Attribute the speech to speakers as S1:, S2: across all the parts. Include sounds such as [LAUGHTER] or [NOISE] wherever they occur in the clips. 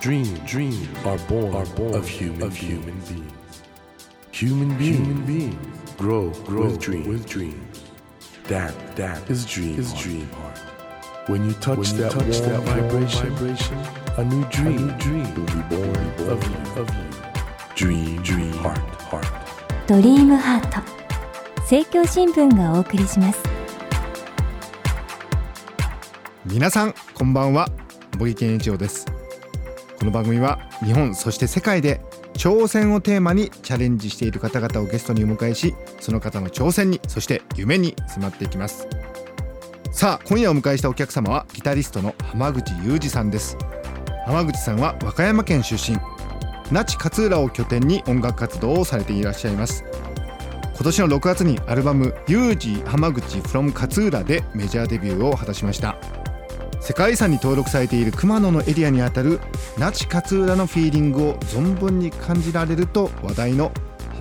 S1: dreams, dreams are born, are born of human, of human beings. Human beings, human beings grow, grow with, dream, with dreams. That, that is dream, is dream heart. When you touch
S2: When you
S1: that,
S2: touch
S1: warm
S2: that warm
S1: vibration, a new dream, dream will be born, of you, of you. Dream, dream heart, heart.
S3: ドリームハート政教新聞がお送りします
S4: 皆さんこんばんは茂木健一郎ですこの番組は日本そして世界で挑戦をテーマにチャレンジしている方々をゲストにお迎えしその方の挑戦にそして夢に迫っていきますさあ今夜お迎えしたお客様はギタリストの浜口裕二さんです浜口さんは和歌山県出身那智勝浦を拠点に音楽活動をされていらっしゃいます今年の6月にアルバム「ユージ浜口 from 勝浦」でメジャーデビューを果たしました世界遺産に登録されている熊野のエリアにあたる那智勝浦のフィーリングを存分に感じられると話題の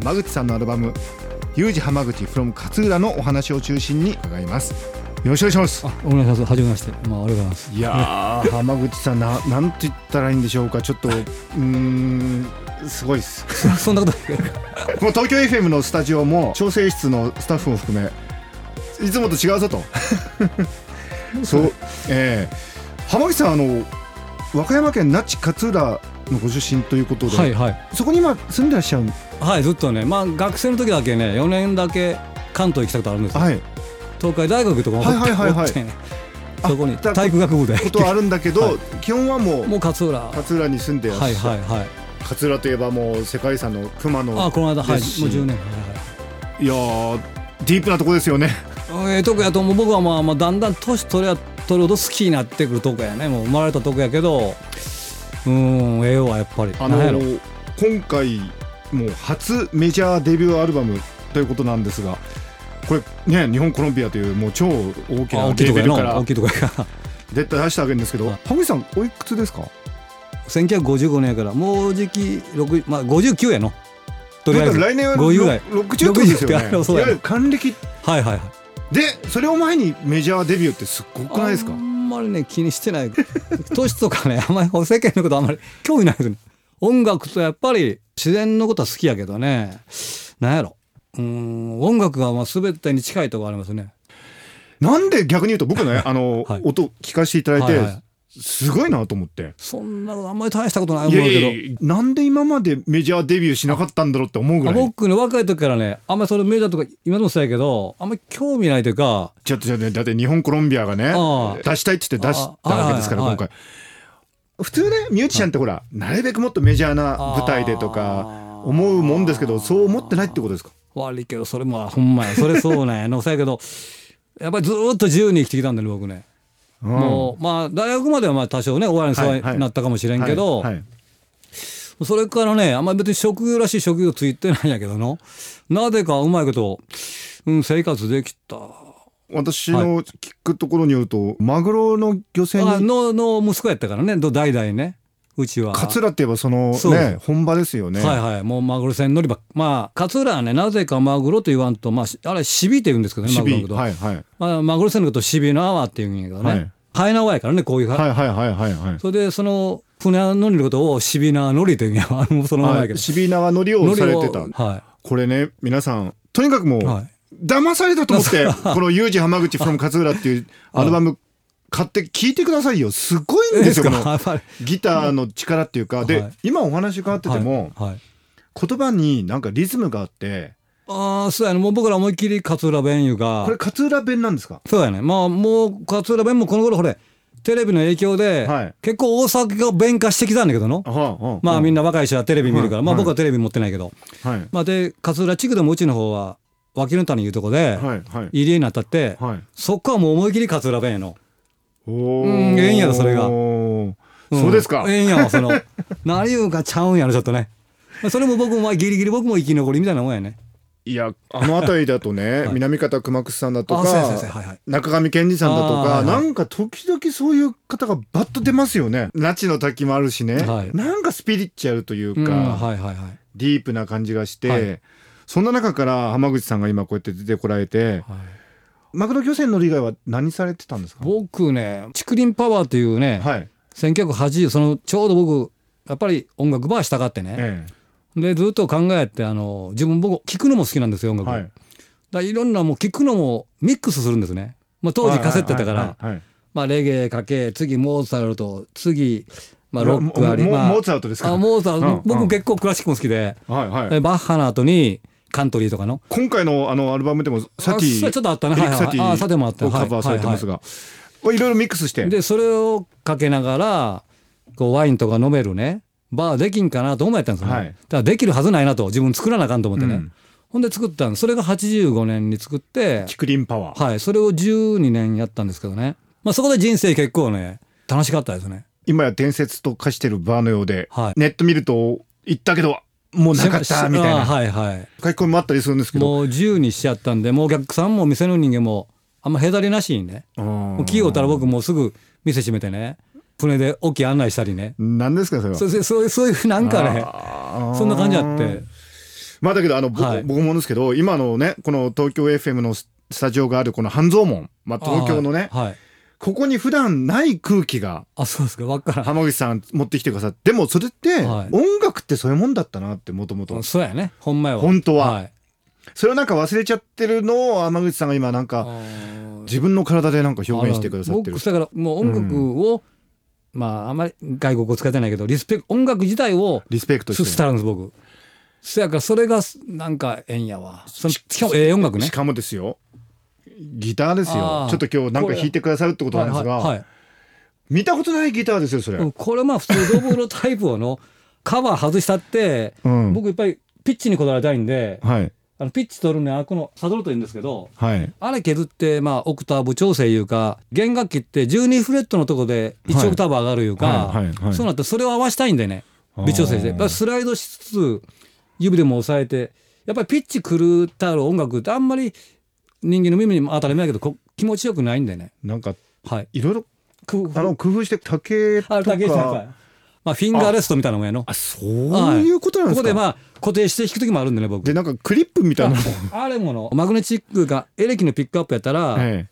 S4: 浜口さんのアルバム「ユージ浜口 from 勝浦」のお話を中心に伺いますよろしくお願いします
S5: あ、お願いします。はじめまして。まあ、ありがとうございます。
S4: いやー浜口さんななんて言ったらいいんでしょうかちょっとうーんすごいです
S5: そんなことない。
S4: この東京 FM のスタジオも調整室のスタッフも含めいつもと違うぞ
S5: [LAUGHS]
S4: とそうええ浜口さんあの和歌山県那智勝浦のご出身ということで、
S5: はいはい。
S4: そこに今住んでらっしゃる
S5: はい、ずっとね、まあ、学生の時だけね、4年だけ関東行きたことあるんですよ。
S4: はい
S5: 東海大学とかもおって、
S4: はいはいはいはい
S5: おってねそこに
S4: あだ
S5: 体育学部で。
S4: ことはあるんだけど、
S5: はい
S4: 基本はもう
S5: もう勝浦。は
S4: 勝浦に住んで
S5: い
S4: らっしゃ
S5: はい
S4: る、
S5: はい。
S4: 勝浦といえばもう世界遺産の熊野
S5: あ、この間、はい、もう
S4: ですし
S5: 10年。はい
S4: やーディープなとこですよね
S5: はいええとこやともう僕はまあまあだんだん年取れば取るほど好きになってくるとこやねもう生まれたとこやけどうーんええわやっぱり
S4: あの
S5: なんやろ
S4: ー今回もう初メジャーデビューアルバムということなんですがこれね日本コロンビアというもう超大き
S5: あ
S4: なレ
S5: 大きい
S4: ー
S5: とこ
S4: ベ
S5: や
S4: ル
S5: の
S4: から
S5: 大きいとこやから
S4: 出た出したわけですけど
S5: はい
S4: 浜口さんおいくつですか
S5: 1955年やからもうじき6まあ59やのとりあえず
S4: だか
S5: は
S4: ら来
S5: い
S4: 年は
S5: 50代
S4: ろ60とかですよ
S5: 60ってあ
S4: ね
S5: のそう
S4: い
S5: や
S4: わゆる還暦
S5: はいはい
S4: でそれを前にメジャーデビューってすっごくないですか
S5: あんまりね気にしてない [LAUGHS] 年とかねあんまり世間のことあんまり興味ないですね音楽とやっぱり自然のことは好きやけどねなんやろうーん音楽がまあ全てに近いとこありますね
S4: なんで逆に言うと僕
S5: [LAUGHS]
S4: ねあの、
S5: はい
S4: 音聞かせていただいて、
S5: はいはい
S4: すごいなと思って
S5: そんなことあんまり大したことない
S4: い
S5: 思う
S4: やい
S5: けど
S4: やいやなんで今までメジャーデビューしなかったんだろうって思うぐ
S5: あ
S4: らい
S5: 僕ね若い時からねあんまりそれメジャーとか今でもそうやけどあんまり興味ないというか
S4: ちょっとちょっとだって日本コロンビアがね
S5: ああ
S4: 出したいって言って出したわけですから
S5: ああは
S4: 今
S5: いは
S4: 回
S5: い
S4: 普通ねミュージシャンってほらなるべくもっとメジャーな
S5: ああ
S4: 舞台でとか思うもんですけどそう思ってないってことですか
S5: 悪いけどそれもほんまやそれそうなんや [LAUGHS] のそうやけどやっぱりずーっと自由に生きてきたんだね僕ね、もうまあ大学まではまあ多少ねお笑いの世話になったかもしれんけど、
S4: はいはい
S5: それからねあんまり別に職業らしい職業ついてないんやけどのなぜかうまいこと、うん、生活できた
S4: 私の聞くところによるとマグロの漁船
S5: あ
S4: に
S5: のの息子やったからねど代々ねうちは。
S4: 桂って言えばその
S5: そう
S4: ね本場ですよね
S5: はいはい、もうマグロ船乗り場、まあ、勝浦はね、なぜかマグロと言わんと、まあ、しあれ、シビって言うんですけどね、
S4: シ
S5: マグロの
S4: ビ
S5: こと、
S4: はいはい
S5: まあ、マグロ船のことをシビの泡って言うんやけどね、
S4: は
S5: はいい、ハエナワやからね、こういうは、
S4: はいはいはいはいはい
S5: それで、その船乗りのことをシビナ乗りというんや、あのそのまま
S4: は
S5: やけ
S4: い
S5: ど、
S4: シビナは乗りをされてた
S5: は
S4: これね皆さんとにかくもう
S5: い、はい、
S4: 騙されたと思
S5: [LAUGHS]
S4: って、この U 字浜口 from 勝浦っていうアルバム買って聴いてくださいよ。すごいんですよ、この
S5: か、[LAUGHS] やっぱり
S4: ギターの力っていうか。で
S5: はい、
S4: 今お話伺ってても、
S5: はいはい
S4: 言葉になんかリズムがあって、
S5: ああ、そうやね、もう僕ら思いっきり勝浦弁いうか
S4: これ、勝浦弁なんですか
S5: そうやね、まあ、もう勝浦弁もこの頃ほれ、テレビの影響で、
S4: はい
S5: 結構大阪が弁化してきたんだけどの。まあみんな若い人はテレビ見るから、
S4: うん
S5: まあ
S4: はい
S5: 僕はテレビ持ってないけど、
S4: な。はい。
S5: まあ、で勝浦地区でもうちの方は脇の谷いうとこで
S4: はい。はい。
S5: 入り江になったって、
S4: はい。
S5: そこはもう思い切り勝浦弁やの、
S4: おー
S5: うんええんやろそれが
S4: おーそうですか
S5: ん。ええんやわそ
S4: [LAUGHS]
S5: の何言うんかちゃうんやろちょっとねまあそれも僕もまあギリギリ僕も生き残りみたいなもんやね
S4: いや、あの辺りだと
S5: [LAUGHS]
S4: ね、南方熊楠さんだと
S5: あそうやそうやそうや
S4: か、
S5: はいはい
S4: 中上健二さんだと
S5: あ
S4: か、
S5: ーはい
S4: な
S5: はい
S4: んか時々そういう方がバッと出ますよね。那智の滝もあるしね、
S5: はい
S4: なんかスピリチュアルという
S5: うん
S4: か、
S5: はいはいはい
S4: ディープな感じがして、
S5: はい
S4: そんな中から浜口さんが今こうやって出てこられて、マクロ漁船乗り以外は何されてたんですか
S5: 僕ね竹林パワーというね、
S4: はい。
S5: 1980そのちょうど僕やっぱり音楽ばしたがってね、
S4: え
S5: でずっと考えてあの自分僕聞くのも好きなんですよ音
S4: え
S5: 楽、
S4: はい
S5: だからいろんなもう聞くのもミックスするんですね、まあ、当時カセットだから、
S4: はいはいはい
S5: まあ、レゲエかけ次モーツァルト次、まあ、
S4: いや
S5: ロックあり
S4: もも
S5: まあ
S4: モーツァルトですか
S5: あモーツァルト、
S4: うんうん
S5: 僕も結構クラシックも好きで、
S4: はいはい
S5: えバッハの後にカントリーとかの
S4: 今回のあのアルバムでもサテ
S5: あ
S4: ィ
S5: そうちょっとあったね
S4: エリック
S5: はい
S4: サ
S5: は
S4: テ
S5: い
S4: ィ
S5: あサティもあった
S4: をカバーされてますが、いろいろミックスして
S5: でそれをかけながらこうワインとか飲めるねバーできんかなと思ったんですよ、ね
S4: はい
S5: だからできるはずないなと自分作らなあかんと思ってね、
S4: うん
S5: ほんで作ったんですそれが85年に作って
S4: キクリンパワー、
S5: はいそれを12年やったんですけどね、まあ、そこで人生結構ね楽しかったですね
S4: 今や伝説と化してるバーのようで、
S5: はい
S4: ネット見ると行ったけどもうなかっ
S5: しま
S4: たみたい
S5: あ
S4: な、
S5: はいはい
S4: 書き込みもあったりするんですけど
S5: もう自由にしちゃったんでもうお客さんも店の人間もあんまへだりなしにねも
S4: も
S5: う器用たら僕もうすぐ店閉めてね船で沖案内したりね
S4: 何ですかそれは
S5: そうそうそういうそういうなんかね
S4: あー
S5: そんな感じあって
S4: まあだけどあの、ぼ
S5: はい
S4: 僕も思うんですけど今のねこの東京 FM のススタジオがあるこの半蔵門、まあ、東京のね、
S5: あはいはい
S4: ここに普段ない空気が
S5: あそうですかわっから
S4: 浜口さん持ってきてくださってでもそれって
S5: はい
S4: 音楽ってそういうもんだったなってもともと
S5: んそうやねほんまやわ
S4: 本当はいそれをなんか忘れちゃってるのを浜口さんが今なん
S5: あ
S4: か
S5: ー
S4: 自分の体でなんか表現してくださって
S5: あの
S4: る
S5: 僕だからもう音楽をまああんまり外国を使ってないけどリスペクト音楽自体を
S4: リスペクト
S5: すし
S4: して
S5: たんです僕そやからそれがなんか縁やわそのしかもええ音楽ね
S4: しかもですよギターですよ
S5: あー
S4: ちょっと今日なんか弾いてくださるってことなんです
S5: はいはい
S4: が
S5: はい
S4: 見たことないギターですよそれ、
S5: うんこれまあ普通ドボのタイプをの [LAUGHS] カバー外したって、
S4: うん
S5: 僕いっぱいピッチにこだわりたいんで、
S4: はい
S5: あのピッチ取るのはこのサドルというんですけど
S4: はい
S5: あれ削ってまあオクターブ調整いうか弦楽器って12フレットのとこで
S4: はい
S5: 1オクターブ上がるいうか、
S4: はいはいはい
S5: そうなってそれを合わしたいんでね
S4: あー
S5: 微調整してだからスライドしつつ指でも押さえてやっぱりピッチ狂ったる音楽ってあんまり人間の耳にも当たり前やけどこ気持ちよくないんでね
S4: なんか
S5: はい
S4: いろいろ
S5: 工夫
S4: あの工夫して竹と
S5: あ
S4: か
S5: れ竹内さんはいまあフィンガーレストみたいなもんやの
S4: あそういうことなんですか、
S5: ここでまあ固定して弾く時もあるんでね僕
S4: でなんかクリップみたいなのも
S5: [LAUGHS] ああれものマグネチックがエレキのピックアップやったら、
S4: え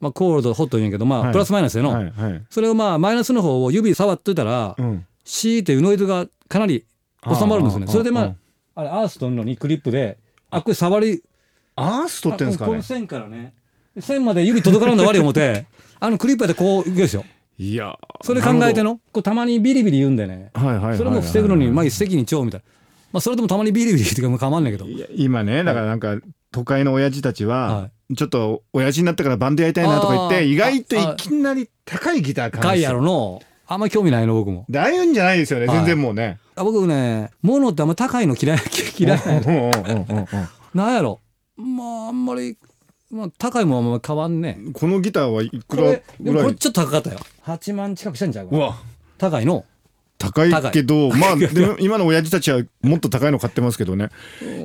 S5: まあ、コールドホット言うんやけどまあ、
S4: はい
S5: プラスマイナスや
S4: え
S5: の、
S4: はいはい
S5: それをまあマイナスの方を指触っといたら、
S4: ん
S5: C っていうノイズがかなり収まるんですね
S4: あー
S5: それでまあ、
S4: うん
S5: あれアース取るのにクリップであこれ触り
S4: アース取ってんですか
S5: あこ
S4: ね
S5: の線からね線まで指届からんの悪い思
S4: [LAUGHS]
S5: てあのクリップやってこういくでしょ
S4: いやー
S5: それ考えてのこうたまにビリビリ言うんでね、
S4: はいはいはいはい
S5: それも防ぐのに、まあ、一石二鳥みたいな、まあ、それともたまにビリビリ言っても構わんないけど
S4: いや今ねだからなんか都会の親父たちは、
S5: は
S4: ちょっと親父になったからバンドやりたいなとか言っ
S5: あ
S4: て
S5: ー
S4: 意外と
S5: あ
S4: いきなり高いギター買うん
S5: 高
S4: です
S5: い
S4: よ
S5: やろのあんま興味ないの僕も
S4: でああいうんじゃないですよね、
S5: はい
S4: 全然もうね
S5: あ僕ね物ってあんま高いの嫌い [LAUGHS] 嫌い
S4: うんうんうんうん
S5: なんやろまああんまり、まあ、高いもんはあんまり変わんね
S4: うんこのギターはいく
S5: こ
S4: ら
S5: れで
S4: ぐ
S5: も
S4: ら
S5: これ
S4: い
S5: ちょっと高かったよ8万近くしたんちゃうか
S4: う
S5: な
S4: わ
S5: 高いの
S4: 高いけどまあでも今の親父たちはもっと高いの買ってますけどね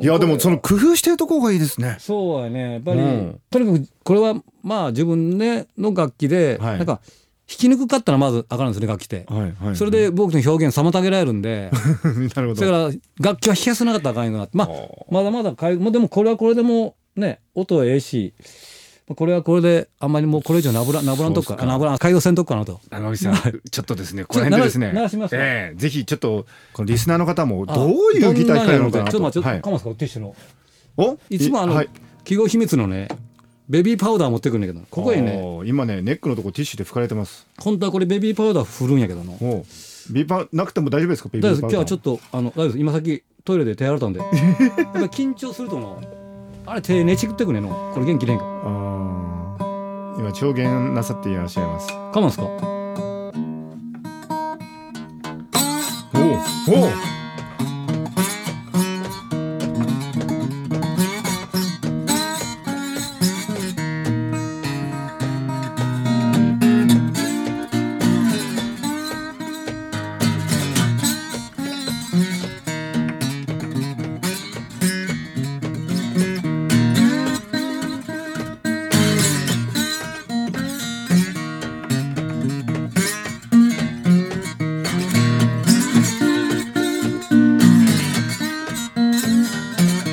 S4: いやでもその工夫してるところがいいですね
S5: そうやねやっぱり、
S4: うん
S5: とにかくこれはまあ自分、ね、の楽器で、
S4: はい
S5: なんか弾きにくかったらまずあかんですね楽器って、
S4: はいはい
S5: それで僕の表現妨げられるんで
S4: [LAUGHS] なるほ
S5: それ
S4: ど
S5: から楽器は弾きやすなかったらあかんようになってまあまだまだかい、まあ、でもこれはこれでもね音はええしまあこれはこれであんまりもうこれ以上なぶらなぶらんとく
S4: そうっ
S5: か
S4: すか
S5: なぶらん改造せんとくかなと
S4: 長渕さんちょっとですねこの
S5: ちょ
S4: 辺でですね
S5: 鳴らし鳴らします
S4: ええぜひちょっとこのリスナーの方もどういうギター弾かれるのかなと
S5: どんんやろうちょっと待ってちょっと、
S4: はい
S5: カモさん持ってきての
S4: お
S5: いつもあの、
S4: はい
S5: 企業秘密のねベビーパウダー持ってくるんだけどここへね
S4: おー今ねネックのとこティッシュで拭かれてます
S5: 本当はこれベビーパウダー振るんやけどの
S4: おうビーパーなくても大丈夫ですかビーパ
S5: だ
S4: ー
S5: から今日はちょっとあの大丈夫です今さっきトイレで手
S4: [LAUGHS]
S5: 洗ったんでやっぱ緊張するとのあれ手ねちくってくねのこれ元気ねえんか
S4: あー今調弦なさっていらっしゃいます
S5: かまんすか
S4: おおお
S5: あこのような音
S4: お
S5: か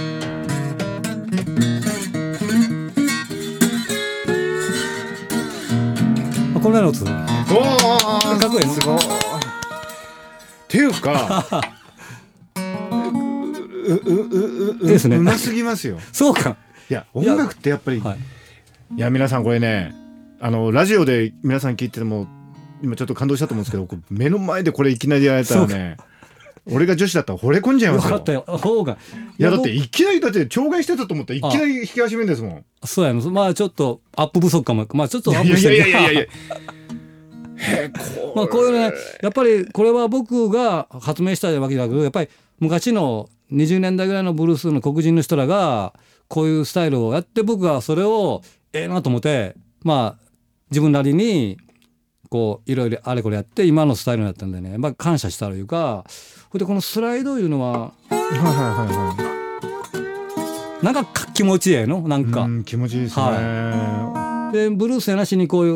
S5: っこいいの
S4: すごいていうかううううう
S5: ですね
S4: うますぎますよ
S5: そうか。
S4: いや音楽ってやっぱり
S5: はい。
S4: いや皆さんこれねあのラジオで皆さん聞いてても今ちょっと感動したと思うんですけどこう目の前でこれいきなりやられたらね俺が女子だったら惚れ込んじゃい
S5: よ
S4: ます
S5: か
S4: よ
S5: ったよ。方が。
S4: いやだっていきなりだって障害してたと思ったらいきなり引き始めんですもん
S5: そうやの。まあちょっとアップ不足かも。まあちょっと
S4: い
S5: ア
S4: や
S5: ッ
S4: い
S5: プ
S4: や
S5: し
S4: い
S5: てる
S4: やいやいやへこ
S5: まあこういうね、やっぱりこれは僕が発明したわけだけど、やっぱり昔の20年代ぐらいのブルースの黒人の人らが、こういうスタイルをやって、僕がそれをええなと思って、まあ自分なりに、こういろいろあれこれやって今のスタイルになったんでね、まあ、感謝したというかほいでこのスライドいうのは
S4: はいはいはいはい
S5: なんかか気持ちええのなんか、
S4: うん気持ちいいですね、
S5: でブルースやなしにこういう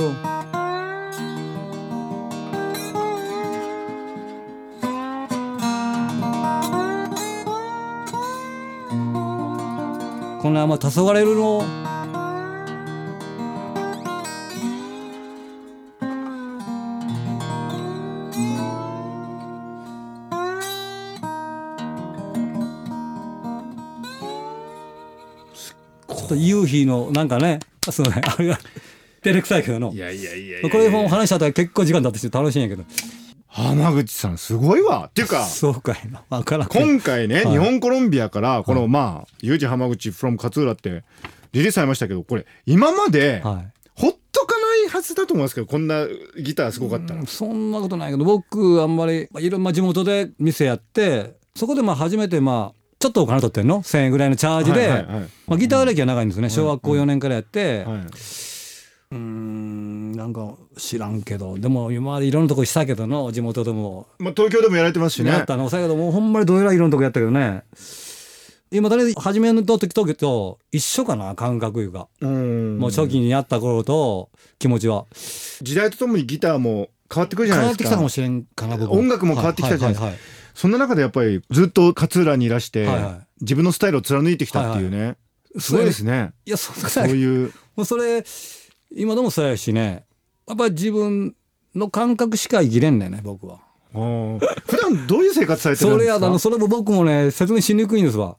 S5: こんなまあ黄昏色のちょっと夕日のなんかねそのねあれが照れくさいけどの
S4: いやいやいやいや
S5: これも話した後は結構時間経ってきて楽しいんやけど
S4: 浜口さんすごいわっていうか
S5: そうかいな分からんけど
S4: 今回ね、
S5: はい
S4: 日本コロンビアからこの、まあ「ユージ浜口 from 勝浦」ってリリースされましたけどこれ今まで、
S5: はい
S4: ほっとかないはずだと思いますけどこんなギターすごかったら、
S5: そんなことないけど僕あんまりまあいろんな地元で店やってそこでまあ初めてまあちょっとお金取ってんの1,000円ぐらいのチャージで、
S4: はいはいはい
S5: まあ、ギター歴は長いんですね、小学校4年からやって、
S4: は
S5: うーんなんか知らんけどでも今までいろんなとこしたけどの地元でも
S4: いまあ、東京でもやられてますしね
S5: やったのさやけどもうほんまにどえらいいろんなとこやったけどね今とりあえず初めの時と一緒かな感覚いうか、
S4: うん
S5: もう初期にやった頃と気持ちは
S4: 時代とともにギターも変わってくるじゃ
S5: 変
S4: ない
S5: わ
S4: ですか
S5: ってきたかもしれんかな僕
S4: 音楽も変わってきたじゃないですか
S5: はいはいはい
S4: そんな中でやっぱりずっと勝浦にいらして、
S5: はいはい
S4: 自分のスタイルを貫いてきたっていうね、すごいですね
S5: いや、そんなこと
S4: そう
S5: ない。
S4: いう
S5: もうそれ、今でもそうやしね、やっぱり自分の感覚しか生きれんねんね、僕は。
S4: あー普段どういう生活されてるん
S5: そ
S4: で
S5: れ
S4: す
S5: や
S4: か
S5: だの、それも僕もね、説明しにくいんですわ。
S4: はい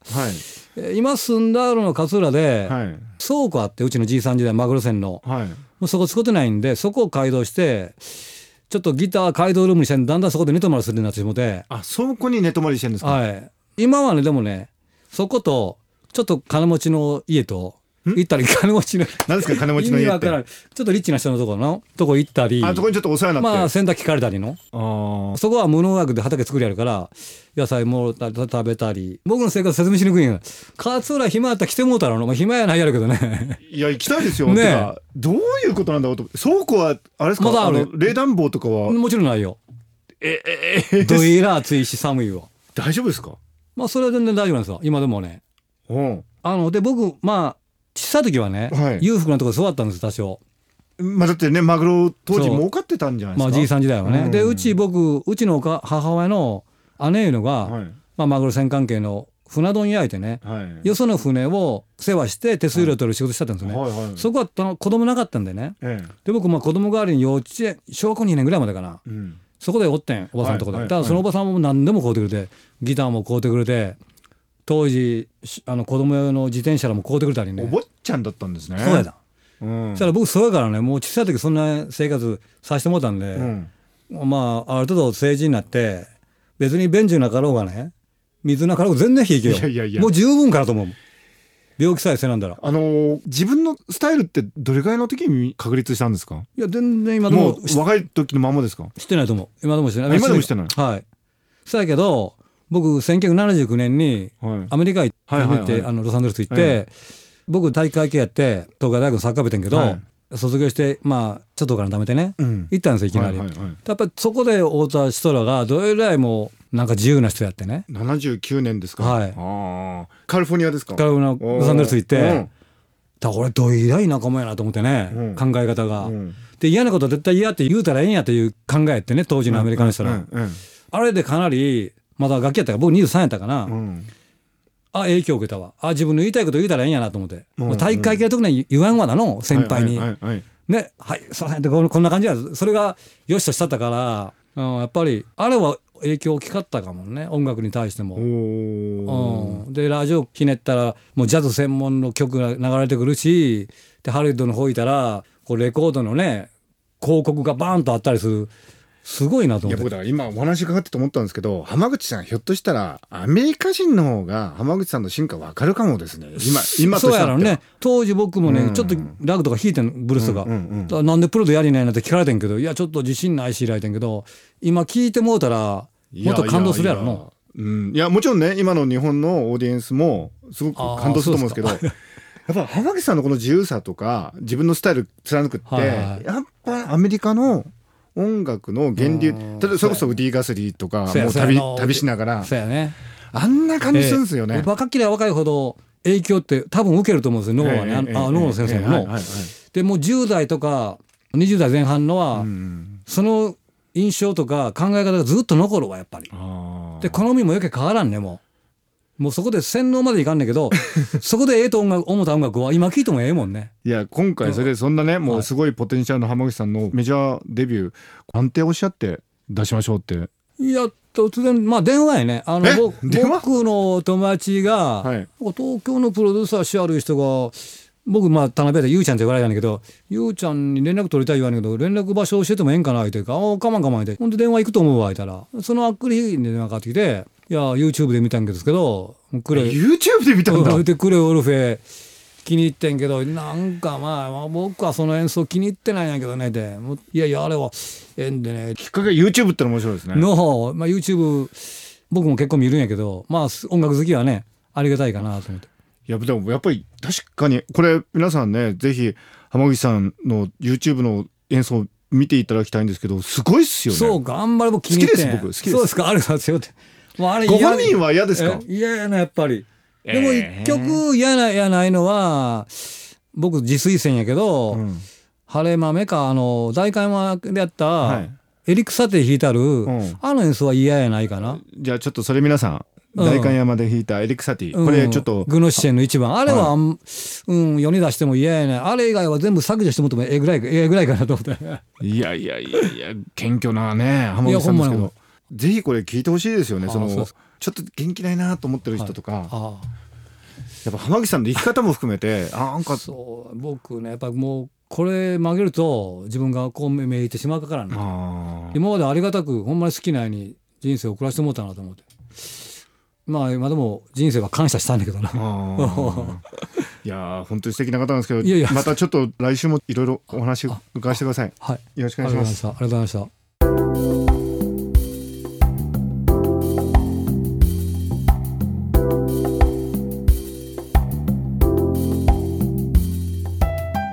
S5: えー今住んだあるの勝浦で、
S4: はい
S5: 倉庫あって、うちのじいさん時代、マグロ船の。
S4: はい
S5: もうそこ使ってないんで、そこを改造して、ちょっとギター改造ルームにして、だんだんそこで寝泊まりするようになってしもて、
S4: あ倉庫に寝泊まりしてるんですか、
S5: はい。今はね、でもね、そこと、ちょっと金持ちの家と、行ったり、金持ちの
S4: なんですか金持ちの
S5: 意味
S4: 家っ
S5: わ
S4: て
S5: からんちょっとリッチな人のところのとこ行ったり
S4: あそこにちょっとお世話になって、
S5: まあ洗濯機借りたりの
S4: あー
S5: そこは無農薬で畑作りあるから野菜もた食べたり僕の生活説明しにくいんや勝浦暇やったら来てもうたらの、まあ、暇やないやるけどね
S4: いや行きたいですよ、
S5: ねえ
S4: てかどういうことなんだろうと倉庫はあれですか、
S5: まだあ
S4: あ
S5: る
S4: の冷暖房とかは、
S5: もちろんないよ
S4: えええ
S5: どいら暑いし寒いわ
S4: 大丈夫ですか
S5: まあそれは全然大丈夫なんですよ今でもね
S4: うん
S5: あので僕まあ小さい時はね、
S4: はい
S5: 裕福なところで育ったんです多少
S4: まあだってねマグロ当時
S5: そう
S4: 儲かってたんじゃないで
S5: ますあ
S4: か
S5: じいさん時代はね、
S4: うん
S5: でうち僕うちのおか母親の姉いうのが、
S4: はい
S5: まあ、マグロ船関係の船問屋いてね、
S4: はい
S5: よその船を世話して手数料取る仕事してたんですよね、
S4: はいはい
S5: そこはあの子供なかったんでね
S4: え
S5: で僕まあ子供代わりに幼稚園小学校2年ぐらいまでかな
S4: えうん
S5: そこでおってんおばさんのとこで、
S4: はいはい
S5: ただそのおばさんも何でも買うてくれてギターも買うてくれて当時しあの子供用の自転車も買うてくれたりね
S4: お坊ちゃんだったんですね
S5: そうやだ、
S4: うん
S5: そしたら僕そうやからねもう小さい時そんな生活させてもらったんで、
S4: うん
S5: まあある程度成人になって別に便所なかろうがね水なかろうが全然引いけよ
S4: いやいやいや
S5: もう十分かなと思う病気さえせなんだら
S4: あのー自分のスタイルってどれぐらいの時に確立したんですか
S5: いや全然今で
S4: も
S5: も
S4: う若い時のままですか
S5: してないと思う今でもして
S4: あ
S5: ない
S4: 今でもしてない
S5: はいそうやけど僕1979年に
S4: はい
S5: アメリカ行って、
S4: はいはいはい
S5: 初めてあのロサンゼルス行って、
S4: え
S5: 僕体育会系やって東海大学のサッカー部やってんけど、
S4: はい
S5: 卒業してまあちょっとお金貯めてね、
S4: うん
S5: 行ったんですよいきなり、
S4: はいはいはい
S5: やっぱりそこで会うた人らがどれぐらいもうなんか自由な人やってね
S4: 79年ですか
S5: はい
S4: ああカリフォルニアですか
S5: カリフォルニアロサンゼルス行って、
S4: う
S5: だ
S4: ん
S5: から俺どえらい仲間やなと思ってね、
S4: うん
S5: 考え方が、
S4: うん
S5: で嫌なことは絶対嫌って言うたらええんやという考えやってね当時のアメリカの人ら、
S4: うんうん
S5: あれでかなり、まだ楽器やったから、僕23やったかな、
S4: うん
S5: あ、影響受けたわ。あ、自分の言いたいこと言うたらええんやなと思って。
S4: うん
S5: まあ体育会系は特に言わんわなの、先輩に。
S4: はいはいはいはい
S5: ね、はい、その辺でこんこんな感じや。それが、よしとしたったから、うん、やっぱり、あれは影響大きかったかもね音楽に対しても。
S4: お
S5: うん、でラジオひねったらもうジャズ専門の曲が流れてくるしでハリウッドの方いたらこうレコードのね広告がバーンとあったりするすごいなと
S4: い
S5: 思
S4: や
S5: って
S4: 僕だから今お話伺ってと思ったんですけど浜口さんひょっとしたらアメリカ人の方が浜口さんの進化わかるかもですね今今と
S5: そう
S4: し
S5: や
S4: た
S5: ろ
S4: ら
S5: うね当時僕もね、
S4: うん
S5: ちょっとラグとか弾いてんのブルースとか,、
S4: うんうんうん
S5: だからなんでプロでやりないなんて聞かれてんけどいやちょっと自信ないしられてんけど今聞いてもうたらもっと感動するやろ
S4: い
S5: の
S4: やいやうん、いやもちろんね今の日本のオーディエンスもすごく感動すると思うんですけど [LAUGHS] やっぱ浜口さんのこの自由さとか自分のスタイル貫くって、
S5: はいはい
S4: やっぱアメリカの音楽の源流例
S5: うん
S4: えばそれこそウディ・ガスリーとか
S5: そうや
S4: もう
S5: そうや
S4: 旅
S5: あの
S4: 旅しながら
S5: そうやね
S4: あんな感じするんですよね。
S5: えー若ければ若いほど影響って多分受けると思うんですよ脳はね、あ
S4: ええええ
S5: あ脳の先生
S4: ええ
S5: も、
S4: はいはいはい
S5: でもう10代とか20代前半のは、
S4: うん
S5: その印象とか考え方がずっと残るわやっぱり
S4: あー
S5: で好みもよけ変わらんねもうもうそこで洗脳までいかんねんけどそこでええと音楽思った音楽は今聴いてもええもんね
S4: いや今回それでそんなねもうすごいポテンシャルの浜口さんのメジャーデビュー安定おっしゃって出しましょうって
S5: いや突然まあ電話やねあの
S4: え
S5: ぼ僕
S4: 電話
S5: の友達が、
S4: はい
S5: 東京のプロデューサーしある人が僕まあ田辺でゆうちゃんって言われたんだけどゆうちゃんに連絡取りたい言われんけど連絡場所教えてもええんかな言うてああかまんかまん言うてほんで電話行くと思うわ言うたらそのあっくりに電話かかってきて「いや YouTube で見たんですけどくれ」
S4: YouTube で見たん
S5: [LAUGHS]
S4: だ
S5: うんでクレオルフェ気に入ってんけどなんかまあまあ僕はその演奏気に入ってないんやけどねでもういやいやあれはええんでね
S4: きっかけ YouTube っての面白いですね
S5: の方、まあ、YouTube 僕も結構見るんやけどまあす音楽好きはねありがたいかなと思って
S4: いやでもやっぱり確かにこれ皆さんねぜひ浜口さんの YouTube の演奏見ていただきたいんですけどすごいっすよね
S5: そうかあんまり僕気に入ってん
S4: 好きです僕好きです
S5: そうですかあるんですよって、まあ、あれ
S4: ご
S5: 嫌
S4: 本人は嫌ですか
S5: え嫌やなやっぱりでも
S4: え
S5: 一
S4: ー
S5: 曲嫌なやないのは僕自炊せんやけど、
S4: うん
S5: 晴れ豆かあの大会間でやった、
S4: い
S5: エリック・サティ弾いたる、
S4: ん
S5: あの演奏は嫌やないかな、
S4: じゃあちょっとそれ皆さん
S5: うん
S4: 代官山で弾いたエリクサティ
S5: うん
S4: これちょっと
S5: グノッシェンの一番あれはあん、うん、世に出しても嫌やないあれ以外は全部削除してもらってもええぐらいええぐらいかなと思
S4: [LAUGHS]
S5: って
S4: いやいやいやいや謙虚なね浜口さんですけ
S5: いやほんまにほんま
S4: どぜひこれ聞いてほしいですよね
S5: あ
S4: その
S5: そうです
S4: ちょっと元気ないなと思ってる人とか、
S5: あ
S4: やっぱ浜口さんの生き方も含めてあなん
S5: あ
S4: か
S5: そう僕ねやっぱもうこれ曲げると自分がこうめいてしまうからね
S4: あー
S5: 今までありがたくほんまに好きなように人生を送らせてもらったなと思ってまあ今でも人生は感謝したんだけどな [LAUGHS]
S4: あーいやー本当に素敵な方なんですけど
S5: いやいや
S4: またちょっと来週もいろいろお話伺わせてください
S5: はい
S4: よろしく
S5: あ
S4: お
S5: りが
S4: 願い
S5: とう
S4: し
S5: ござい
S4: ま
S5: ますしたありがとうございました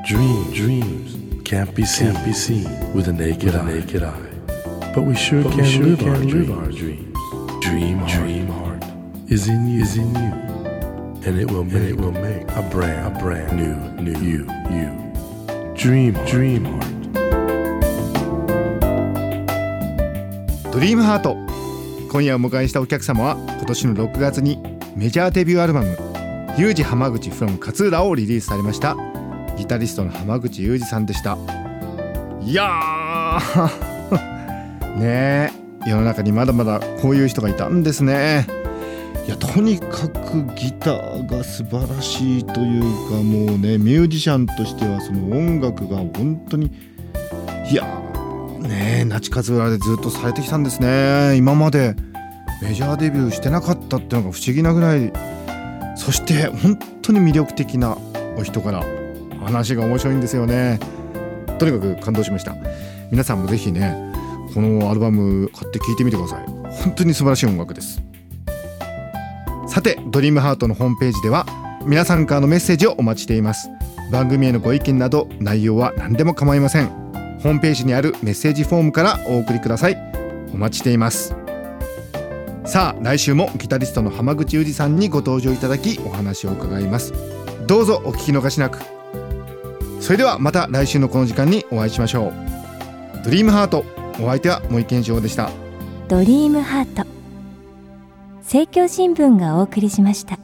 S1: Dream dreams can't be seen, be seen with a naked, eye. naked eye. But we sure can, live, our live our dreams. Dream dream heart is in you, is in you, and it will make, it will make a brand a brand new new you you. Dream dream heart.
S4: ドリームハート今夜お迎えしたお客様は今年の6月にメジャーデビューアルバム「ユージ浜口 from 勝浦」をリリースされましたギタリストの浜口裕二さんでしたいやー [LAUGHS] ねえ世の中にまだまだこういう人がいたんですねいやとにかくギターが素晴らしいというかもうねミュージシャンとしてはその音楽が本当にいやーねえ那智勝浦でずっとされてきたんですね今までメジャーデビューしてなかったっていうのが不思議なぐらいそして本当に魅力的なお人柄話が面白いんですよねとにかく感動しました皆さんもぜひねこのアルバム買って聴いてみてください本当に素晴らしい音楽ですさて「ドリームハートのホームページでは皆さんからのメッセージをお待ちしています番組へのご意見など内容は何でも構いませんホームページにあるメッセージフォームからお送りくださいお待ちしていますさあ来週もギタリストの浜口裕二さんにご登場いただきお話を伺いますどうぞお聞き逃しなくそれではまた来週のこの時間にお会いしましょうドリームハートお相手は森健一郎でした
S3: ドリームハート政教新聞がお送りしました